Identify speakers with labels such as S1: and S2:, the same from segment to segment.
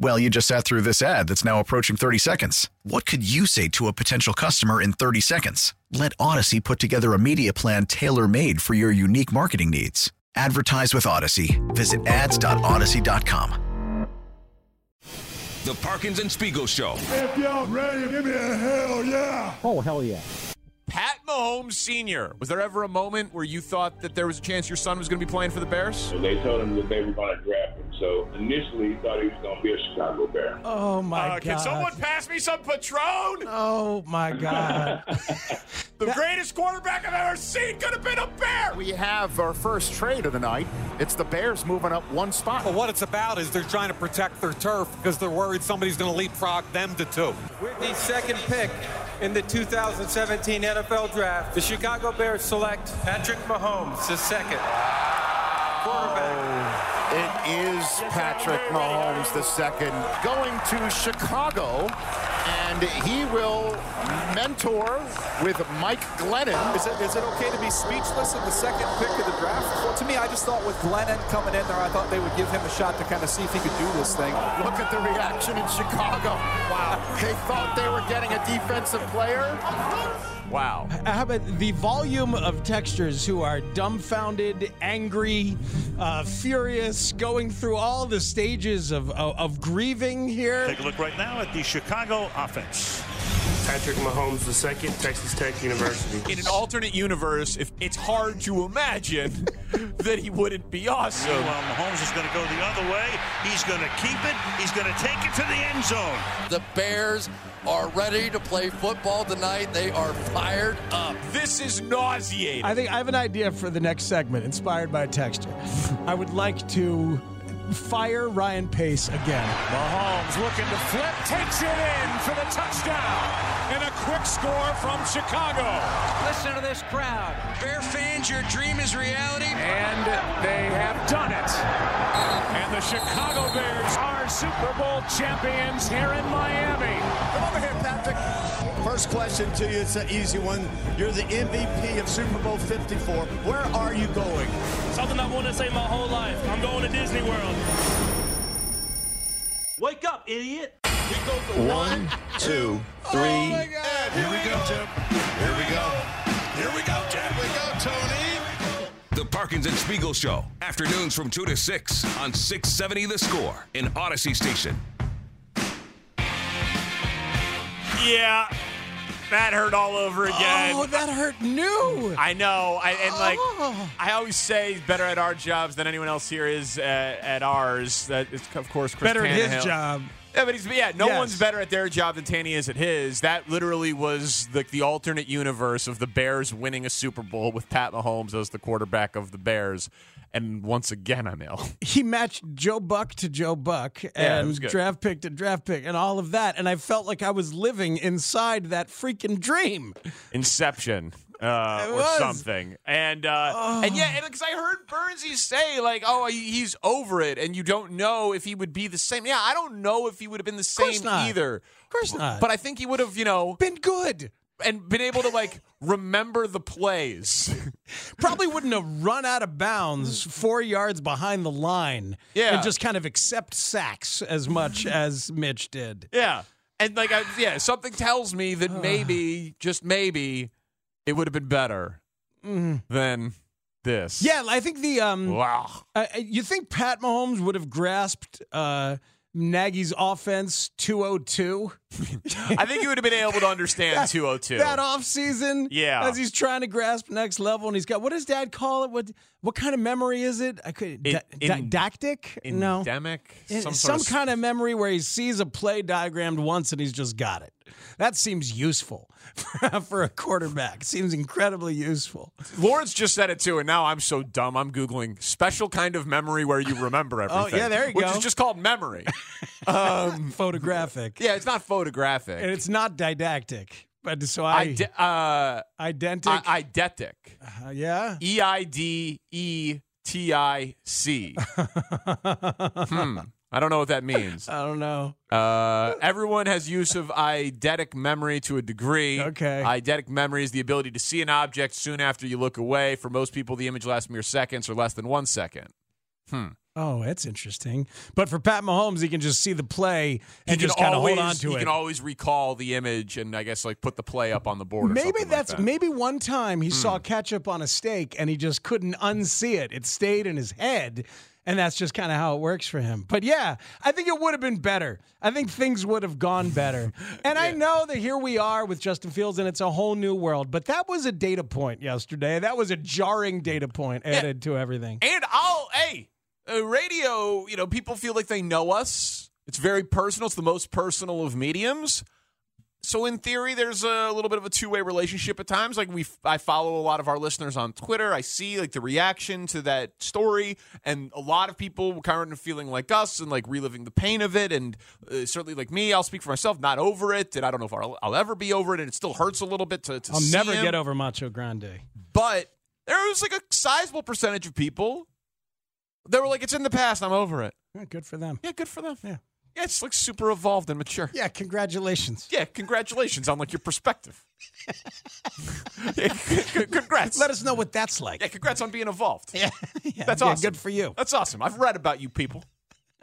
S1: Well, you just sat through this ad that's now approaching 30 seconds. What could you say to a potential customer in 30 seconds? Let Odyssey put together a media plan tailor made for your unique marketing needs. Advertise with Odyssey. Visit ads.odyssey.com.
S2: The Parkins and Spiegel Show.
S3: If y'all ready, give me a hell yeah.
S4: Oh, hell yeah.
S2: Pat Mahomes Sr., was there ever a moment where you thought that there was a chance your son was going to be playing for the Bears?
S5: They told him that they were going to draft him, so initially he thought he was going to be a Chicago Bear.
S4: Oh my god.
S2: Uh, Can someone pass me some Patron?
S4: Oh my god.
S2: The greatest quarterback I've ever seen could have been a Bear.
S6: We have our first trade of the night. It's the Bears moving up one spot.
S7: But what it's about is they're trying to protect their turf because they're worried somebody's going to leapfrog them to two.
S8: With the second pick in the 2017 NFL Draft, the Chicago Bears select Patrick Mahomes, the second quarterback.
S6: It is Patrick Mahomes the second going to Chicago, and he will mentor with Mike Glennon.
S9: Is it, is it okay to be speechless in the second pick of the draft? Well, to me, I just thought with Glennon coming in there, I thought they would give him a shot to kind of see if he could do this thing.
S6: Look at the reaction in Chicago. Wow. They thought they were getting a defensive player.
S2: Wow.
S4: Uh, How about the volume of textures who are dumbfounded, angry, uh, furious, going through all the stages of, of, of grieving here?
S10: Take a look right now at the Chicago offense.
S11: Patrick Mahomes II, Texas Tech University.
S2: In an alternate universe, if it's hard to imagine that he wouldn't be awesome.
S10: Meanwhile, Mahomes is going to go the other way. He's going to keep it. He's going to take it to the end zone.
S12: The Bears are ready to play football tonight. They are fired up.
S2: This is nauseating.
S4: I think I have an idea for the next segment, inspired by texture. I would like to fire Ryan Pace again.
S2: Mahomes looking to flip, takes it in for the touchdown. And a quick score from Chicago.
S13: Listen to this crowd.
S14: Bear fans, your dream is reality.
S2: And they have done it. And the Chicago Bears are Super Bowl champions here in Miami.
S15: Come over here, Patrick. First question to you, it's an easy one. You're the MVP of Super Bowl 54. Where are you going?
S16: Something I've wanted to say my whole life. I'm going to Disney World.
S17: Wake up, idiot!
S18: One, two, three. Oh
S19: Here we go, Jim. Here we go.
S16: Here we go, Jim.
S19: Here we go, Tony.
S2: The Parkins and Spiegel Show, afternoons from 2 to 6 on 670 The Score in Odyssey Station. Yeah, that hurt all over again.
S4: Oh, that hurt new.
S2: I know. I, and like, oh. I always say, better at our jobs than anyone else here is uh, at ours. That is, of course, Chris
S4: better
S2: Tannehill.
S4: at his job.
S2: Yeah, but he's yeah. No yes. one's better at their job than Tanny is at his. That literally was like the, the alternate universe of the Bears winning a Super Bowl with Pat Mahomes as the quarterback of the Bears. And once again, I'm ill.
S4: He matched Joe Buck to Joe Buck
S2: Yeah, it
S4: and
S2: was good.
S4: draft pick to draft pick and all of that. And I felt like I was living inside that freaking dream.
S2: Inception uh,
S4: It
S2: or
S4: was.
S2: something. And uh, and yeah, because I heard Bernsey say like, oh, he- he's over it, and you don't know if he would be the same. Yeah, I don't know if he would have been the
S4: course
S2: same
S4: not.
S2: either. Of
S4: course not.
S2: But I think he would have, you know,
S4: Been good.
S2: and been able to like remember the plays.
S4: Probably wouldn't have run out of bounds four yards behind the line
S2: Yeah.
S4: and just kind of accept sacks as much as Mitch did.
S2: yeah, and like, I, yeah, something tells me that maybe, just maybe, it would have been better than this.
S4: Mm-hmm. Yeah, I think the um,
S2: Wow.
S4: Uh, you think Pat Mahomes would have grasped uh, Nagy's offense 202.
S6: I think you would have been able to understand 202.
S4: That offseason,
S6: Yeah.
S4: as he's trying to grasp next level, and he's got what does Dad call it? What what kind of memory is it? I could
S6: In-
S4: da- da-
S6: in-
S4: dactic? no,
S6: endemic?
S4: It-
S6: Some sort
S4: some
S6: of-
S4: kind of memory where he sees a play diagrammed once and he's just got it. That seems useful for, for a quarterback. Seems incredibly useful.
S6: Lawrence just said it too, and now I'm so dumb. I'm googling special kind of memory where you remember
S4: Oh,
S6: everything.
S4: yeah, there you
S6: which
S4: go.
S6: is just called memory. um,
S4: Photographic,
S6: yeah, it's not photographic.
S4: and it's not didactic. But so I,
S6: Ide- uh,
S4: Identic?
S6: I- eidetic.
S4: uh, yeah.
S6: E I D E T I C. Hmm. I don't know what that means.
S4: I don't know.
S6: Uh, everyone has use of eidetic memory to a degree.
S4: Okay.
S6: Eidetic memory is the ability to see an object soon after you look away. For most people, the image lasts mere seconds or less than one second. Hmm.
S4: Oh, that's interesting. But for Pat Mahomes, he can just see the play
S6: He
S4: and
S6: can
S4: just kind of
S6: always-
S4: hold on to
S6: he
S4: it.
S6: can always recall the image and I guess like put the play up on the board. Or
S4: maybe
S6: something
S4: that's
S6: like that. Hmm.
S4: maybe one time he saw ketchup on a steak and he just couldn't unsee it. It stayed in his head, and that's just kind of how it works for him. But yeah, I think it would have been better. I think things would have gone better. and I know that here we are with Justin Fields, and it's a whole new world. But that was a data point yesterday. That was a jarring data point added to everything.
S6: And I'll hey, uh, radio. You know, people feel like they know us. It's very personal. It's the most personal of mediums. So in theory, there's a little bit of a two way relationship at times. Like we, I follow a lot of our listeners on Twitter. I see like the reaction to that story, and a lot of people were kind of feeling like us and like reliving the pain of it. And uh, certainly like me, I'll speak for myself. Not over it, and I don't know if I'll, I'll ever be over it. And it still hurts a little bit to. to
S4: I'll
S6: see
S4: never
S6: him.
S4: get over Macho Grande.
S6: But there was like a sizable percentage of people that were like, "It's in the past. I'm over it."
S4: Yeah, Good for them.
S6: Yeah, good for them.
S4: Yeah.
S6: Yeah, it's like super evolved and mature.
S4: Yeah, congratulations.
S6: Yeah, congratulations on like your perspective. Yeah, c- c- congrats.
S4: Let us know what that's like.
S6: Yeah, congrats on being evolved. Yeah, that's
S4: yeah,
S6: awesome.
S4: good for you.
S6: That's awesome. I've read about you people.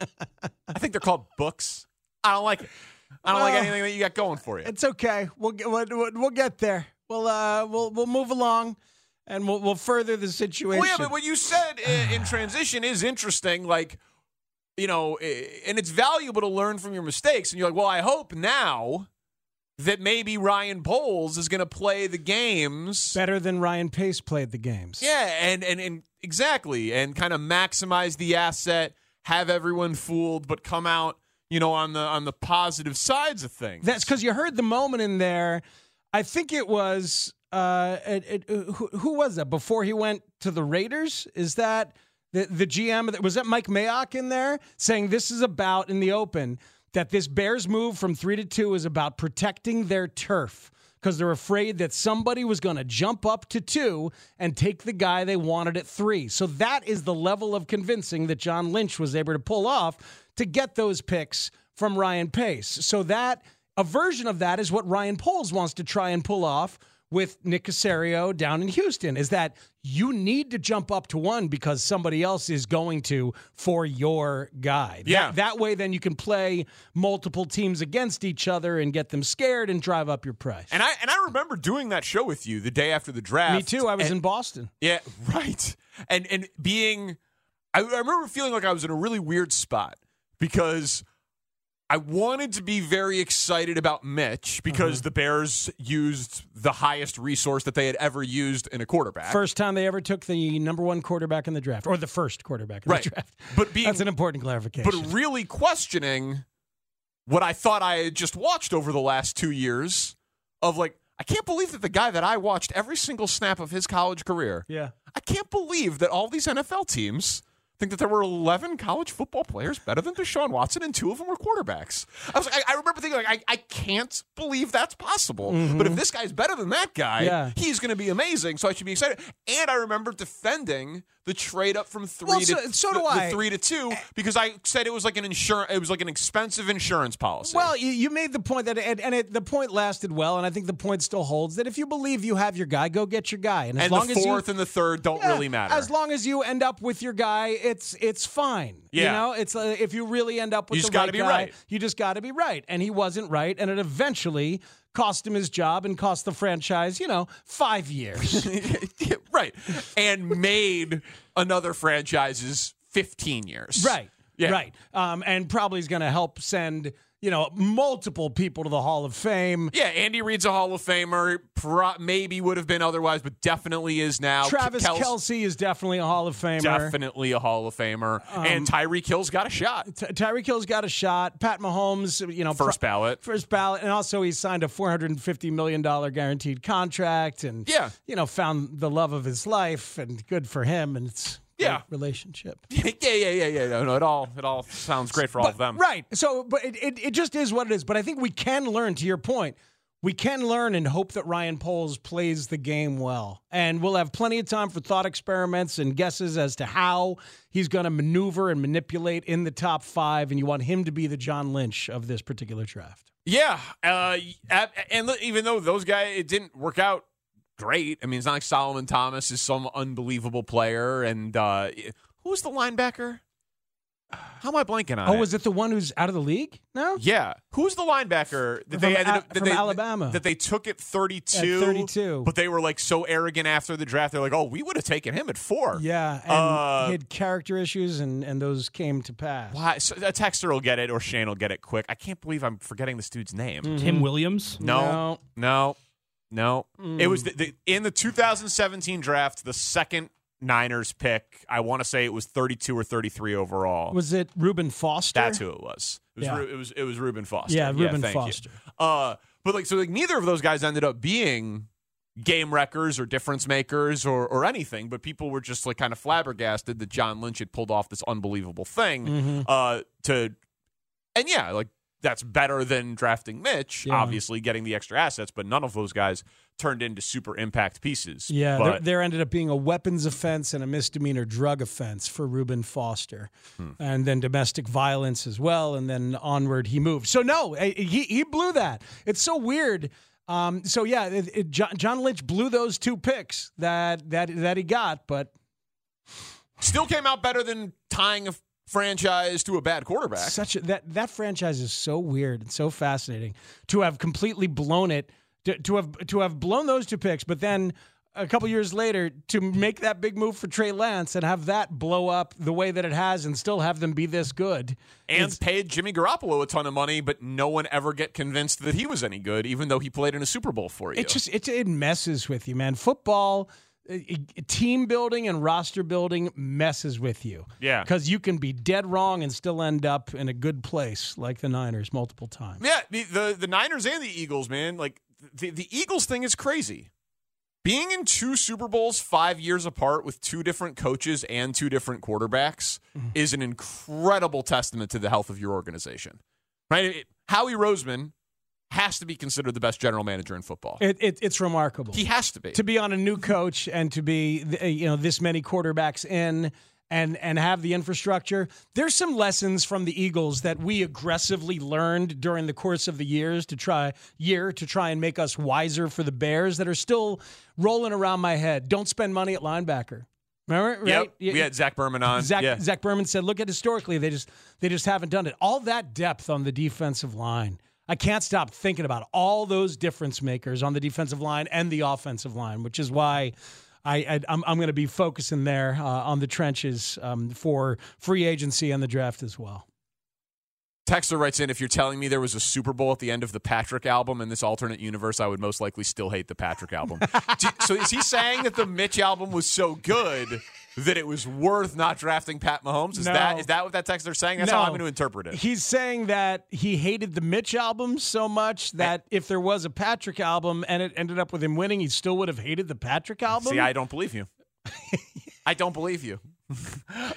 S6: I think they're called books. I don't like it. I don't like
S4: Well,
S6: anything that you got going for you.
S4: It's okay. We'll get we'll, we'll we'll get there. We'll uh we'll we'll move along, and we'll we'll further the situation.
S6: Well, yeah, but what you said in, in transition is interesting. Like, you know, i- and it's valuable to learn from your mistakes. And you're like, well, I hope now that maybe Ryan Poles is going to play the games.
S4: Better than Ryan Pace played the games.
S6: Yeah, and and and exactly, and kind of maximize the asset, have everyone fooled, but come out, you know, on the on the positive sides of things.
S4: That's because you heard the moment in there. I think it was uh, it, it, who, who was that before he went to the Raiders? Is that the the GM? that- Was that Mike Mayock in there saying this is about in the open that this Bears move from three to two is about protecting their turf because they're afraid that somebody was going to jump up to two and take the guy they wanted at three. So that is the level of convincing that John Lynch was able to pull off to get those picks from Ryan Pace. So that a version of that is what Ryan Poles wants to try and pull off with Nick Casario down in Houston is that you need to jump up to one because somebody else is going to for your guy. That-
S6: Yeah.
S4: that way then you can play multiple teams against each other and get them scared and drive up your price.
S6: And I and I remember doing that show with you the day after the draft.
S4: Me too. I was
S6: and-
S4: in Boston.
S6: Yeah, right. And and being, I, I remember feeling like I was in a really weird spot because I wanted to be very excited about Mitch because the Bears used the highest resource that they had ever used in a quarterback.
S4: First time they ever took the number one quarterback in the draft, or the first quarterback in
S6: Right.
S4: the draft.
S6: But being-
S4: that's an important clarification.
S6: but really questioning what I thought I had just watched over the last two years of like, I can't believe that the guy that I watched every single snap of his college career,
S4: yeah,
S6: I can't believe that all these NFL teams think that there were 11 college football players better than Deshaun Watson and two of them were quarterbacks. I was like, I, I remember thinking like, I, I can't believe that's possible. But if this guy's better than that guy,
S4: Yeah.
S6: he's going to be amazing. So I should be excited. And I remember defending the trade up from three
S4: Well,
S6: to
S4: so- so do
S6: the- the
S4: I. Eh.
S6: three to two because I said it was like an insurance, it was like an expensive insurance policy.
S4: Well, you, you made the point that, and, and it, the point lasted well, and I think the point still holds that if you believe you have your guy, go get your guy. And as
S6: and
S4: long
S6: the
S4: as you,
S6: fourth and the third don't
S4: Yeah,
S6: really matter.
S4: As long as you end up with your guy, it's it's fine. You
S6: Yeah.
S4: know, it's uh, if you really end up with
S6: You just
S4: the right
S6: gotta be
S4: guy,
S6: right.
S4: you just got to be right. And he wasn't right, and it eventually cost him his job and cost the franchise, you know, five years.
S6: right. And made another franchise's 15 years.
S4: Right.
S2: Yeah.
S4: Right. Um, and probably is going to help send, you know, multiple people to the Hall of Fame.
S2: Yeah, Andy Reid's a Hall of Famer. Pro- maybe would have been otherwise, but definitely is
S6: Oh,
S2: now.
S4: Travis
S2: Kelce-
S4: Kelsey is definitely a Hall of Famer.
S2: definitely a Hall of Famer,
S4: Um,
S2: and Tyreek Hill's got a shot.
S4: T- Tyreek Hill's got a shot. Pat Mahomes, you know,
S2: First ballot.
S4: first ballot, and also he signed a four hundred and fifty million dollar guaranteed contract, and
S2: Yeah.
S4: you know, found the love of his life, and good for him, and it's a
S2: Yeah.
S4: great relationship.
S2: yeah, yeah, yeah, yeah. No, no, it all it all sounds great for all of them.
S4: Right. So, but it, it, it just is what it is. But I think we can learn, to your point, we can learn and hope that Ryan Poles plays the game well. And we'll have plenty of time for thought experiments and guesses as to how he's going to maneuver and manipulate in the top five. And you want him to be the John Lynch of this particular draft.
S2: Yeah, uh, ab- and look, even though those guys it didn't work out great, I mean it's not like Solomon Thomas is some unbelievable player, and uh, who was the linebacker? How am I blanking on
S4: oh,
S2: it?
S4: was it the one who's out of the league now?
S2: yeah, who's the linebacker that
S4: From
S2: they ended
S4: Al-
S2: up that
S4: from
S2: they,
S4: Alabama.
S2: that they took at thirty two?
S4: At 32.
S2: but they were like so arrogant after the draft. They're like, oh, we would have taken him at four.
S4: Yeah. And
S2: Uh,
S4: he had character issues, and, and those came to pass.
S2: Why? So a texter will get it, or Shane will get it quick. I can't believe I'm forgetting this dude's name.
S20: Tim Williams?
S2: No, no, no.
S20: Mm.
S2: It was the, the, in the 2017 draft, the second Niners pick. I want to say it was 32 or 33 overall.
S4: Was it Reuben Foster?
S2: That's who it was. It was
S4: Yeah.
S2: Ru- it was it was Reuben Foster.
S4: Yeah, Reuben
S2: thank you.
S4: Foster.
S2: Uh, but like so, like neither of those guys ended up being game wreckers or difference makers or or anything. But people were just like kind of flabbergasted that John Lynch had pulled off this unbelievable thing.
S4: Mhm.
S2: Uh, to and yeah, like that's better than drafting Mitch.
S4: Yeah.
S2: Obviously, getting the extra assets, but none of those guys turned into super impact pieces.
S4: Yeah, there,
S2: but
S4: there ended up being a weapons offense and a misdemeanor drug offense for Reuben Foster, and then domestic violence as well, and then onward he moved. So no, eh, he he blew that. It's so weird. Um, so yeah, it, it, John, John Lynch blew those two picks that that that he got, but
S2: still came out better than tying a f- franchise to a bad quarterback.
S4: Such a, that that franchise is so weird and so fascinating to have completely blown it, to, to have to have blown those two picks, but then a couple years later to make that big move for Trey Lance and have that blow up the way that it has and still have them be this good.
S2: and paid Jimmy Garoppolo a ton of money, but no one ever get convinced that he was any good, even though he played in a Super Bowl for you.
S4: It just it it messes with you, man. Football. eh, eh, Team building and roster building messes with you.
S2: Yeah.
S4: Because you can be dead wrong and still end up in a good place like the Niners multiple times.
S2: yeah, the, the the Niners and the Eagles, man, like the the Eagles thing is crazy. Being in two Super Bowls five years apart with two different coaches and two different quarterbacks is an incredible testament to the health of your organization, right? It- Howie Roseman has to be considered the best general manager in football.
S4: It, it, it's remarkable.
S2: He has to be.
S4: to be on a new coach and to be th- uh, you know this many quarterbacks in and and have the infrastructure. There's some lessons from the Eagles that we aggressively learned during the course of the years to try year to try and make us wiser for the Bears that are still rolling around my head. Don't spend money at linebacker. Remember, right?
S2: Yep,
S4: You-
S2: we had Zach Berman uh, on.
S4: Zach,
S2: yeah.
S4: Zach Berman said, "Look at historically, they just they just haven't done it. All that depth on the defensive line. I can't stop thinking about it. all those difference makers on the defensive line and the offensive line, which is why." I, I, I'm, I'm going to be focusing there uh, on the trenches um, for free agency and the draft as well.
S2: Texter writes in, if you're telling me there was a Super Bowl at the end of the Patrick album in this alternate universe, I would most likely still hate the Patrick album. Do- so is he saying that the Mitch album was so good that it was worth not drafting Pat Mahomes? Is
S4: No.
S2: that is that what that texter's saying? That's how I'm
S4: No.
S2: going to interpret it.
S4: He's saying that he hated the Mitch album so much that if there was a Patrick album and it ended up with him winning, he still would have hated the Patrick album.
S2: See, I don't believe you. I don't believe you.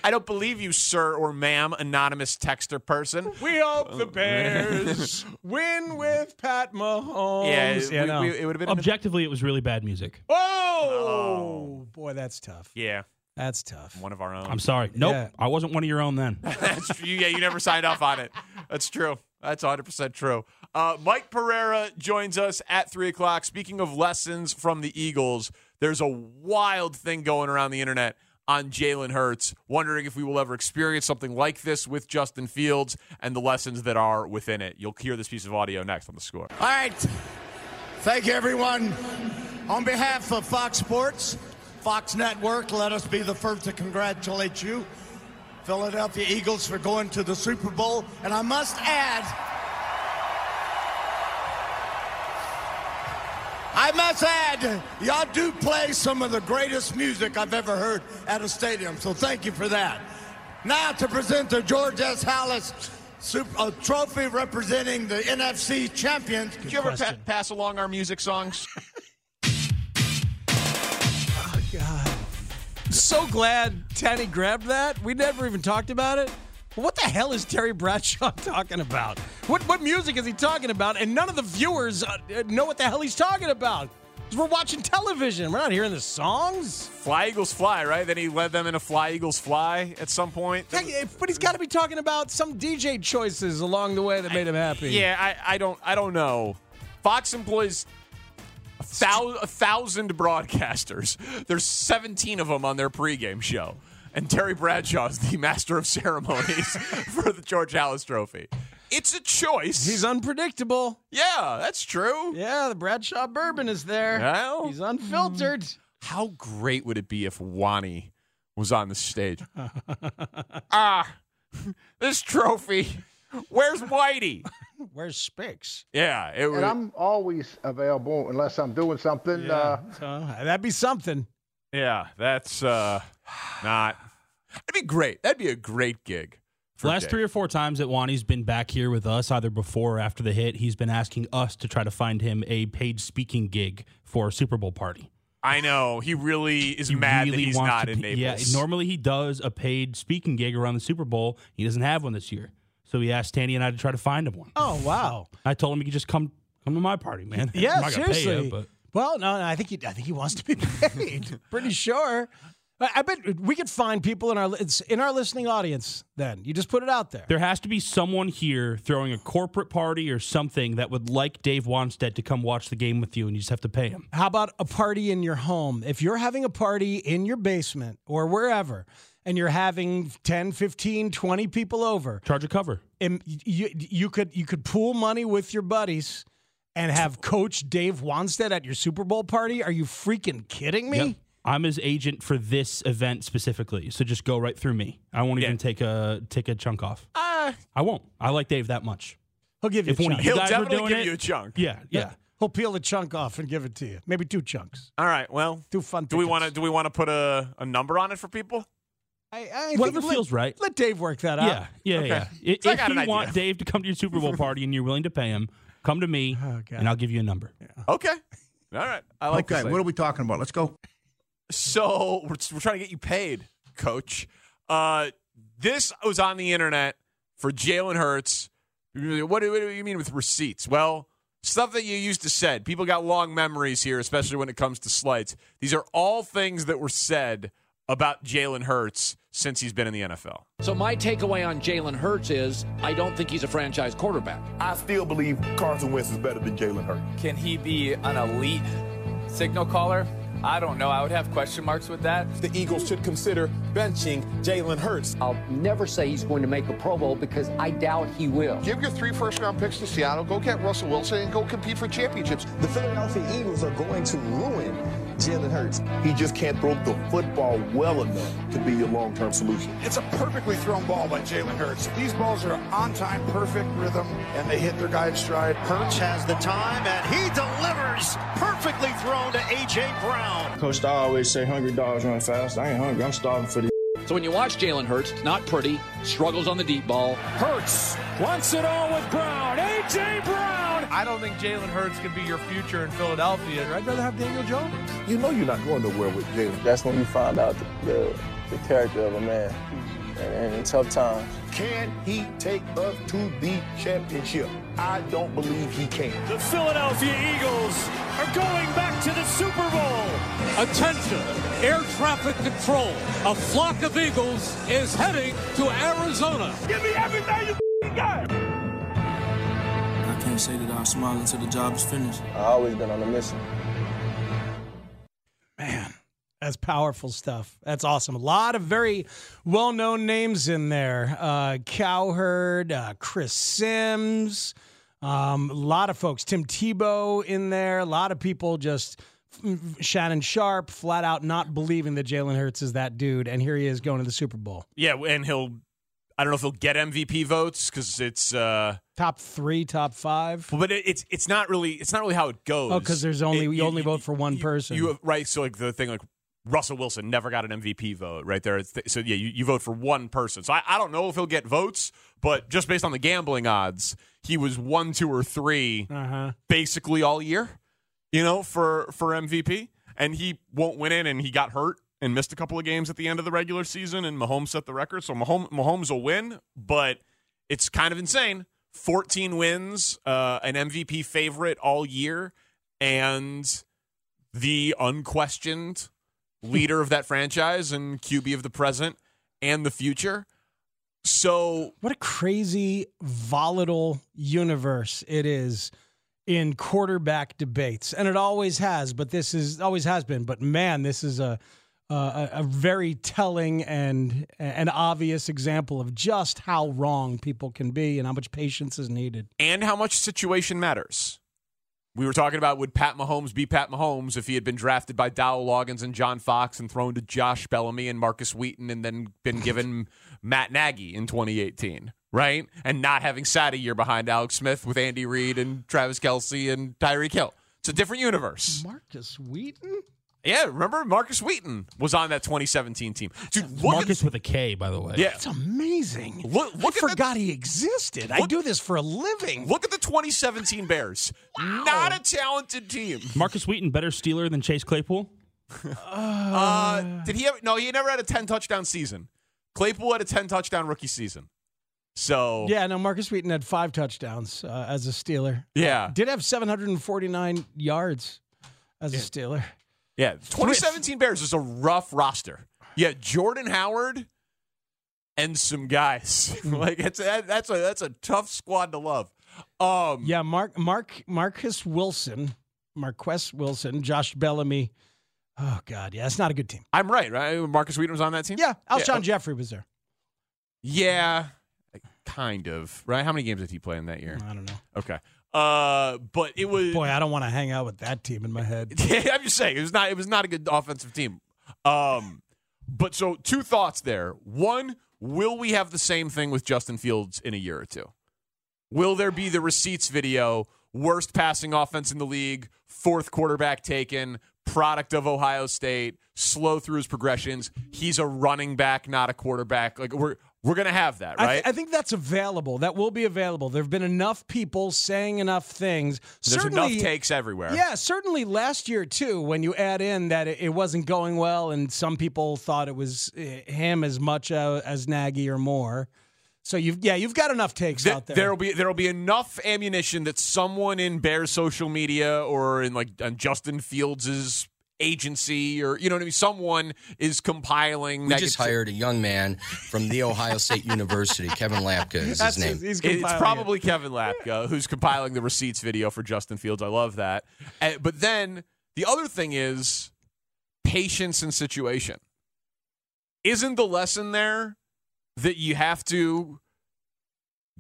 S2: I don't believe you, sir or ma'am, anonymous texter person.
S4: We hope
S2: Oh,
S4: the Bears win with Pat Mahomes.
S2: Yeah, it- we- we- it would've been an-
S20: Objectively, it was really bad music.
S4: Oh, boy, that's tough.
S2: Yeah,
S4: that's tough.
S2: One of our own.
S20: I'm sorry. Nope.
S2: Yeah.
S20: I wasn't one of your own then.
S2: That's true. Yeah, you never signed off on it. That's true. That's 100% true. Uh, Mike Pereira joins us at 3 o'clock. Speaking of lessons from the Eagles, there's a wild thing going around the internet on Jalen Hurts, wondering if we will ever experience something like this with Justin Fields and the lessons that are within it. You'll hear this piece of audio next on the score.
S15: All right. Thank you, everyone. On behalf of Fox Sports, Fox Network, let us be the first to congratulate you
S1: Philadelphia Eagles for going to the Super Bowl. And I must add, I must add, y'all do play some of the greatest music I've ever heard at a stadium. So thank you for that. Now to present the George S. Hallis Super, a trophy representing the NFC champions.
S2: Did you ever pa- pass along our music songs?
S4: So glad Tanny grabbed that. We never even talked about it. What the hell is Terry Bradshaw talking about? What what music is he talking about? And none of the viewers uh, uh, know what the hell he's talking about. 'Cause We're watching television. We're not hearing the songs.
S2: Fly Eagles Fly, right? Then he led them in a Fly Eagles Fly at some point.
S4: Yeah, yeah, eh, But he's got to be talking about some DJ choices along the way that made him happy.
S2: Yeah, I, I don't I don't know. Fox employs a, thou, a thousand broadcasters. There's 17 of them on their pregame show, and Terry Bradshaw is the master of ceremonies for the George Hallis Trophy. It's a choice.
S4: He's unpredictable.
S2: Yeah, that's true.
S4: Yeah, the Bradshaw bourbon is there.
S2: Well.
S4: He's unfiltered.
S2: How great would it be if Wani was on the stage? ah, this trophy. Where's Whitey?
S4: Where's Spix?
S2: Yeah, it
S19: And I'm always available unless I'm doing something. Uh,
S4: Uh, that'd be something.
S2: Yeah, that's uh not. That'd be great. That'd be a great gig. for
S21: Last
S2: Jake.
S21: three or four times that Wani's been back here with us, either before or after the hit, he's been asking us to try to find him a paid speaking gig for a Super Bowl party.
S2: I know he really is
S21: He
S2: mad that
S21: really
S2: he's
S21: wants
S2: not
S21: to
S2: in
S21: be-
S2: Naples.
S21: Yeah, normally he does a paid speaking gig around the Super Bowl. He doesn't have one this year, so he asked Tandy and I to try to find him one.
S4: Oh wow.
S21: I told him he could just come come to my party, man. I'm
S4: Yeah,
S21: not gonna pay you,
S4: seriously.
S21: but
S4: Well, no, no, I think he, I think he wants to be paid. Pretty sure. I, I bet we could find people in our it's in our listening audience. Then you just put it out there.
S21: there has to be someone here throwing a corporate party or something that would like Dave Wanstead to come watch the game with you, and you just have to pay him.
S4: How about a party in your home? If you're having a party in your basement or wherever, and you're having 10, 15, 20 people over,
S21: Charge a cover.
S4: and you, you could you could pool money with your buddies and have Coach Dave Wanstead at your Super Bowl party. Are you freaking kidding me?
S21: Yep. I'm his agent for this event specifically, so just go right through me. I won't even take a take a chunk off.
S4: Uh,
S2: Ah,
S21: I won't. I like Dave that much.
S4: He'll give you
S21: If
S4: a
S21: one
S4: chunk.
S21: of you
S2: he'll
S21: guys were
S2: definitely
S21: doing
S2: give
S21: it-
S2: you a chunk.
S21: Yeah, yeah.
S4: He'll peel a chunk off and give it to you. Maybe two chunks.
S2: All right. Well,
S4: Two fun.
S2: do we
S4: tickets.
S2: want to do we want to put a, a number on it for people?
S4: I, I
S21: Whatever
S4: think let-
S21: feels right.
S4: Let Dave work that out.
S21: Yeah, yeah,
S2: Okay.
S21: yeah. I-
S2: So I
S21: if
S2: got
S21: you
S2: an idea.
S21: want Dave to come to your Super Bowl party and you're willing to pay him, come to me and I'll give you a number.
S2: Okay. All right. I like
S22: okay,
S2: this.
S22: what
S2: idea.
S22: are we talking about? Let's go.
S2: So we're, we're trying to get you paid, coach. Uh, this was on the internet for Jalen Hurts. What do, what do you mean with receipts? Well, stuff that you used to said. People got long memories here, especially when it comes to slights. These are all things that were said about Jalen Hurts since he's been in the NFL.
S17: So my takeaway on Jalen Hurts is I don't think he's a franchise quarterback.
S23: I still believe Carson Wentz is better than Jalen Hurts.
S24: Can he be an elite signal caller? I don't know. I would have question marks with that.
S23: The Eagles should consider benching Jalen Hurts.
S17: I'll never say he's going to make a Pro Bowl because I doubt he will.
S25: Give your three first round picks to Seattle, go get Russell Wilson, and go compete for championships.
S23: The Philadelphia Eagles are going to ruin Jalen Hurts. He just can't throw the football well enough to be your long-term solution.
S1: It's a perfectly thrown ball by Jalen Hurts. These balls are on time, perfect rhythm, and they hit their guy in stride.
S23: Hurts has the time, and he delivers.
S1: Perfectly thrown to A.J. Brown.
S23: Coach, I always say hungry dogs run fast. I ain't hungry. I'm starving for the
S17: So when you watch Jalen Hurts, it's not pretty, struggles on the deep ball.
S23: Hurts wants it all with Brown. A.J. Brown.
S6: I don't think Jalen Hurts could be your future in Philadelphia. I'd rather have Daniel Jones.
S23: You know you're not going nowhere with Jalen. That's when you find out the, the, the character of a man. And in tough times. Can he take us to the championship? I don't believe he can. The Philadelphia Eagles are going back to the Super Bowl.
S26: Attention, air traffic control. A flock of eagles is heading to Arizona.
S23: Give me everything you got.
S27: I can't say that I'll smile until the job is finished.
S23: I always been on a mission.
S4: That's powerful stuff. That's awesome. A lot of very well known names in there uh, Cowherd, uh, Chris Sims, um, a lot of folks. Tim Tebow in there. A lot of people just Shannon Sharp flat out not believing that Jalen Hurts is that dude, and here he is going to the Super Bowl.
S2: Yeah, and he'll. I don't know if he'll get MVP votes because it's. Uh,
S4: Top three, top five.
S2: but it, it's it's not really it's not really how it goes.
S4: Oh, because there's only
S2: It-
S4: you only vote for one person.
S2: you right. So like the thing like Russell Wilson never got an MVP vote right there. It's- So yeah, you, you vote for one person. So I, I don't know if he'll get votes, but just based on the gambling odds, he was one, two, or 3
S4: Uh-huh.
S2: basically all year. You know, for for MVP, and he won't win it, and he got hurt. And missed a couple of games at the end of the regular season, and Mahomes set the record. So Mahomes, Mahomes will win, but it's kind of insane. 14 wins, uh, an MVP favorite all year, and the unquestioned leader of that franchise and QB of the present and the future. So
S4: what a crazy volatile universe it is in quarterback debates and it always has but this is always has been but man this is a a, a very telling and an obvious example of just how wrong people can be and how much patience is needed
S2: and how much situation matters. We were talking about would Pat Mahomes be Pat Mahomes if he had been drafted by Dow Loggins and John Fox and thrown to Josh Bellamy and Marcus Wheaton and then been given Matt Nagy in 2018, right? And not having sat a year behind Alex Smith with Andy Reid and Travis Kelsey and Tyreek Hill. It's a different universe.
S4: marcus wheaton
S2: Yeah, remember Marcus Wheaton was on that 2017 team. Dude, look
S20: Marcus with a K, by the way.
S2: Yeah.
S4: it's amazing
S2: Look- look
S4: i
S2: at the-
S4: forgot he existed i
S2: Look-
S4: do this for a living
S2: Look at the 2017 Bears. Not a talented team.
S20: Marcus Wheaton better Steeler than Chase Claypool.
S2: Uh, did he ever? No, he never had a 10 touchdown season. Claypool had a 10 touchdown rookie season. So,
S4: yeah no marcus wheaton had five touchdowns uh, as a steeler
S2: Yeah.
S4: did have 749 yards as a steeler
S2: yeah. 2017 Bears is a rough roster. Yeah, Jordan Howard and some guys. like it's that- that's a that's a tough squad to love. Um
S4: Yeah, Mark Mark Marcus Wilson, Marquess Wilson, Josh Bellamy. Oh God, yeah, it's not a good team.
S2: I'm right, right? Marcus Wheaton was on that team?
S4: Yeah, Alshon
S2: Yeah.
S4: Jeffrey was there.
S2: Yeah, kind of. Right? How many games did he play in that year?
S4: I don't know.
S2: Okay. Uh, but it was
S4: Boy, I don't want to hang out with that team in my head.
S2: Yeah, I'm just saying it was not it was not a good offensive team. Um, but so two thoughts there. One, will we have the same thing with Justin Fields in a year or two? Will there be the receipts video, worst passing offense in the league, fourth quarterback taken, product of Ohio State, slow through his progressions. He's a running back, not a quarterback. Like we're we're gonna have that,
S4: I,
S2: right?
S4: th- I think that's available. That will be available. There have been enough people saying enough things.
S2: There's
S4: Certainly,
S2: enough takes everywhere.
S4: Yeah, certainly last year too. When you add in that it, it wasn't going well, and some people thought it was uh, him as much uh, as Nagy or more. So you've yeah, you've got enough takes out there.
S2: There'll be there'll be enough ammunition that someone in Bears social media or in like on Justin Fields' agency or you know what I mean, someone is compiling.
S1: We just hired a young man from the Ohio State University. Kevin Lapka is his name.
S2: it's probably Kevin Lapka who's compiling the receipts video for Justin Fields. I love that. Uh, but then the other thing is patience and situation. Isn't the lesson there that you have to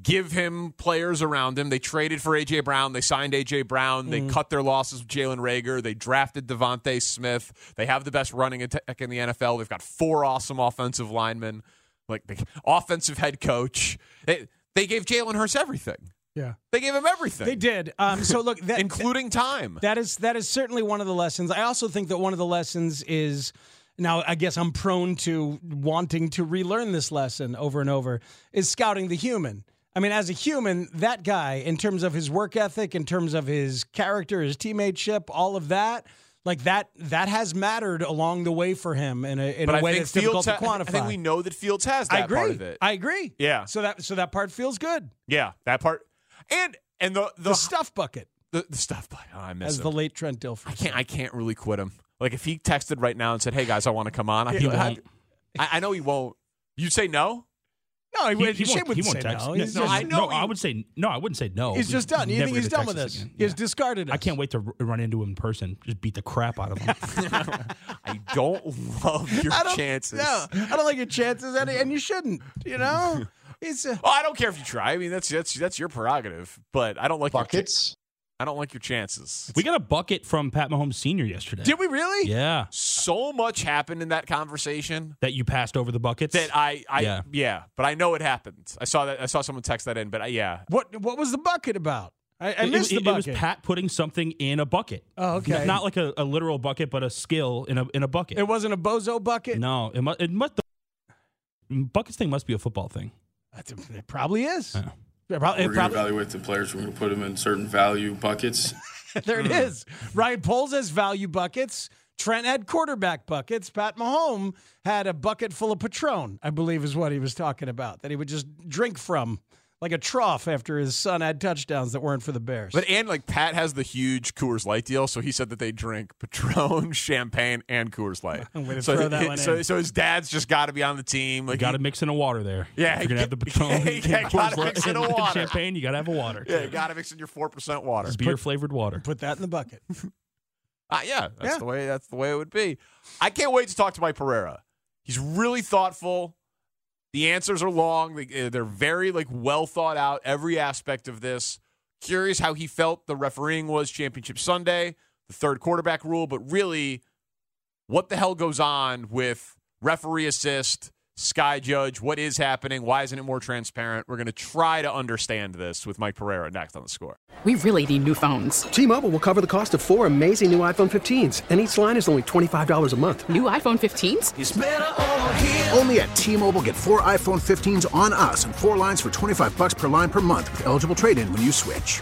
S2: give him players around him? They traded for AJ Brown. They signed AJ Brown. They
S3: Mhm.
S2: cut their losses with Jalen Rager. They drafted Devontae Smith. They have the best running attack in the NFL. They've got four awesome offensive linemen, like the offensive head coach. They, they gave Jalen Hurts everything.
S4: Yeah.
S2: They gave him everything.
S4: They did. Um, so look, that,
S2: including time.
S4: That is that is certainly one of the lessons. I also think that one of the lessons is now. I guess I'm prone to wanting to relearn this lesson over and over. Is scouting the human. I mean, as a human, that guy, in terms of his work ethic, in terms of his character, his teammateship, all of that, like that, that has mattered along the way for him in a, in
S2: but
S4: a way
S2: I think
S4: that's difficult
S2: Fields
S4: to
S2: ha-
S4: quantify.
S2: I think we know that Fields has that
S4: I agree.
S2: part of it.
S4: I agree.
S2: Yeah.
S4: So that so that part feels good.
S2: yeah, that part. And and the the,
S4: The stuff bucket,
S2: the, the stuff. But oh, I miss
S4: as
S2: him.
S4: the late Trent Dilfer.
S2: I can't. I can't really quit him. Like if he texted right now and said, "Hey guys, I want to come on," I,
S4: He
S2: I,
S4: won't.
S2: I, I know he won't. You'd say no.
S4: No, he,
S20: He,
S4: would
S20: he,
S4: Shane
S20: won't, he won't
S4: wouldn't say
S20: text.
S4: no.
S20: No,
S4: He's
S20: no,
S4: just-
S20: I, no, I would say no. I wouldn't say no.
S4: He's just done. You
S20: Never
S4: think he's
S20: gonna
S4: done with
S20: text us
S4: this?
S20: again.
S4: He's discarded
S20: I
S4: us.
S20: can't wait to r- run into him in person. Just beat the crap out of him.
S2: I don't love your
S4: I don't-
S2: chances.
S4: No, I don't like your chances, and, and you shouldn't. You know, it's uh, a,
S2: Well, I don't care if you try. I mean, that's that's that's your prerogative. But I don't like buckets. I don't like your chances.
S6: We got a bucket from Pat Mahomes Sr. yesterday.
S2: Did we really?
S6: Yeah.
S2: So much happened in that conversation
S6: That you passed over the buckets?
S2: that I, I yeah.
S6: Yeah.
S2: but I know it happened. I saw that. I saw someone text that in, but I, yeah,
S4: What what was the bucket about? I, I
S6: It-
S4: missed
S6: it,
S4: the bucket.
S6: It was Pat putting something in a bucket.
S4: Oh, okay.
S6: N- Not like a, a literal bucket, but a skill in a in a bucket.
S4: It wasn't a bozo bucket.
S6: no, it must. It must. The buckets thing must be a football thing.
S4: That's it probably is.
S6: Yeah.
S4: It prob- it
S28: We're going
S4: prob-
S28: to evaluate the players. We're going to put them in certain value buckets.
S4: there
S6: Hmm.
S4: it is. Ryan Poles has value buckets. Trent had quarterback buckets. Pat Mahomes had a bucket full of Patron, I believe is what he was talking about, that he would just drink from like a trough after his son had touchdowns that weren't for the Bears.
S2: But and like Pat has the huge Coors Light deal, so he said that they drink Patron, champagne, and Coors Light.
S6: Way to
S2: so,
S6: throw that one
S2: so,
S6: in.
S2: so his dad's just got to be on the team. Like
S6: you got to
S2: he-
S6: mix in a water there.
S2: Yeah,
S6: If you're gonna have the
S2: yeah,
S6: Patron.
S2: yeah,
S6: and
S2: gotta
S6: Coors Light
S2: mix in a
S6: and
S2: water.
S6: Champagne. You got to have a water.
S2: yeah, you got to mix in your four percent water.
S6: beer flavored water.
S4: Put that in the bucket.
S2: Uh, yeah, that's
S4: Yeah.
S2: the way. That's the way it would be. I can't wait to talk to Mike Pereira. He's really thoughtful. The answers are long. They, uh, they're very like well thought out. Every aspect of this. Curious how he felt the refereeing was Championship Sunday, the third quarterback rule, but really, what the hell goes on with referee assist, sky judge? What is happening? Why isn't it more transparent? We're going to try to understand this with Mike Pereira next on the score.
S18: We really need new phones. T-Mobile will cover the cost of four amazing new iPhone 15s, and each line is only $25 a month.
S29: New iPhone 15s?
S19: Only at T-Mobile get four iPhone 15s on us and four lines for 25 bucks per line per month with eligible trade-in when you switch.